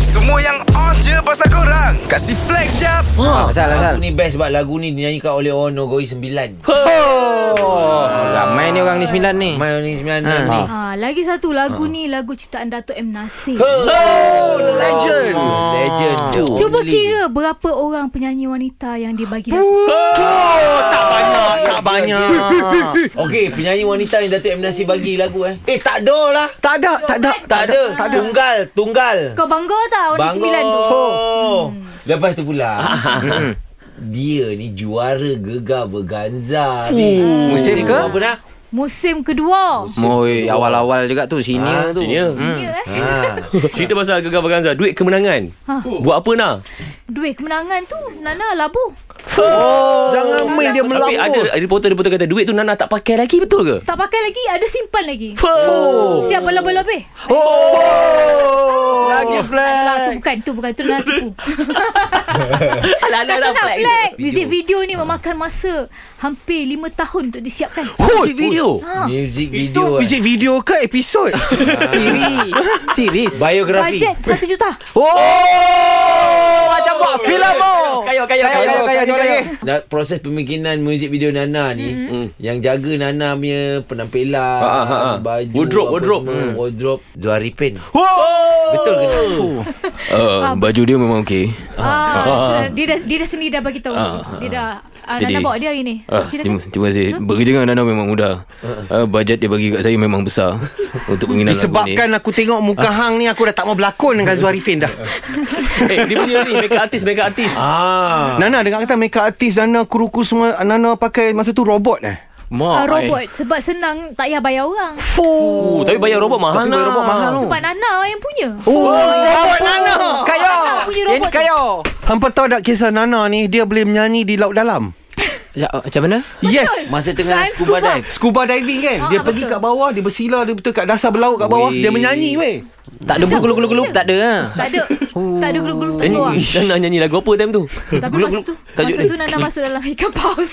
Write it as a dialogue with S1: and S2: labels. S1: Semua yang on je pasal korang Kasih flex jap
S2: Ha,
S3: Pasal
S2: Lagu
S3: pasal.
S2: ni best sebab lagu ni dinyanyikan oleh orang Nogoi 9.
S3: Oh, ramai ni orang ni sembilan ni.
S2: Main ni 9
S3: Ha.
S2: ni.
S4: Ha, lagi satu lagu ni lagu ciptaan Dato' M. Nasir.
S2: Oh, the
S3: legend.
S2: Oh,
S3: Ah.
S2: Legend. The
S4: Cuba
S2: only.
S4: kira berapa orang penyanyi wanita yang dibagi Dato'.
S2: Oh,
S3: Tak banyak, tak banyak.
S2: Okey, penyanyi wanita yang Datuk M Nasir bagi lagu eh. Eh, tak ada lah.
S3: Tak ada, tak ada.
S2: Tak ada.
S4: tak ada.
S2: Tunggal, tunggal.
S4: Kau bangga tak orang
S2: Bangun.
S4: sembilan tu? Hmm.
S2: Lepas tu pula.
S3: Hmm.
S2: dia ni juara gegar berganza ni.
S3: Musim ke?
S2: Apa dah?
S4: Musim kedua.
S3: Moi, awal-awal juga
S2: Ah,
S3: tu senior tu.
S5: Senior
S4: Ya, eh?
S2: Ha.
S5: Cerita pasal Gegar Baganza Duit kemenangan
S4: Ha.
S5: Buat apa nak
S4: Duit kemenangan tu Nana labuh.
S3: Jangan main dia
S5: Tapi ada reporter-reporter kata Duit tu Nana tak pakai lagi Betul ke?
S4: Tak pakai lagi, ada simpan lagi.
S5: Oh.
S4: Siap lebih-lebih.
S3: Oh.
S2: Lagi
S4: Alah, lah tu
S2: flash.
S4: bukan, tu bukan, tu Nana tipu.
S5: Alah, alah,
S4: Tak
S5: alah,
S4: nak
S5: flag itu.
S4: flag. Music video ni memakan masa hampir 5 tahun untuk disiapkan. Ha.
S5: Hut, video.
S2: Music
S3: Itu
S2: video. eh.
S3: music video ke episod? Siri. Series.
S2: Biografi.
S4: Bajet 1 juta.
S3: Oh, macam buat filem oh.
S5: Kayu, kayu,
S3: Kayu,
S5: kayu.
S3: kayu, kayu, kayu lagi.
S2: Nah, proses pembikinan muzik video Nana ni mm. yang jaga Nana punya penampilan
S5: Mm-hmm. Ha, ha, ha.
S2: baju
S5: Wardrobe,
S2: apa
S5: wardrobe.
S2: semua,
S5: Hmm.
S2: wardrobe Zul Arifin
S3: Oh.
S2: betul ke tak?
S6: Eh,
S3: Uh, baju dia memang okey.
S4: Ah, dia dah dia dah sendiri dah bagi tahu. Dia dah ah, Nana
S6: Jadi-
S4: bawa dia hari ni.
S6: Ah, terima,
S4: Silakan.
S6: terima kasih Bekerja dengan Nana memang mudah uh, Bajet dia bagi kat saya memang besar Untuk Ah. penginan
S3: Disebabkan aku tengok muka Hang ni Aku dah tak mau berlakon dengan Zuarifin dah
S5: Eh, dia punya ni make up artist, make up artist.
S2: Ah.
S3: Nana dengan kata make up artist Nana kuru-kuru semua Nana pakai masa tu robot eh
S6: Mak,
S4: Ah, robot sebab senang tak payah bayar orang.
S5: Oh, tapi bayar robot mahal. lah.
S6: Tapi bayar robot mahal tu.
S4: Sebab Nana yang punya.
S3: Oh, robot Nana Kaya
S4: Nana punya robot
S3: Ini
S4: tu.
S3: kaya Hampa tahu tak kisah Nana ni Dia boleh menyanyi di laut dalam
S6: Ya, Macam mana?
S3: Yes
S2: Masa tengah
S4: I'm
S2: scuba
S4: scuba.
S2: dive
S3: Scuba diving kan Dia
S4: Ah,
S3: pergi
S4: betul.
S3: kat bawah Dia bersila Dia betul kat dasar berlaut kat bawah
S6: Weh.
S3: Dia menyanyi weh
S6: Tak ada gulung-gulung Tak ada ha?
S4: Tak ada. Tak ada gulung-gulung
S5: Dan,
S4: keluar.
S5: dan nak Eh, nyanyi lagu apa time tu?
S4: Tapi masa tu masa tu Nana masuk dalam ikan paus.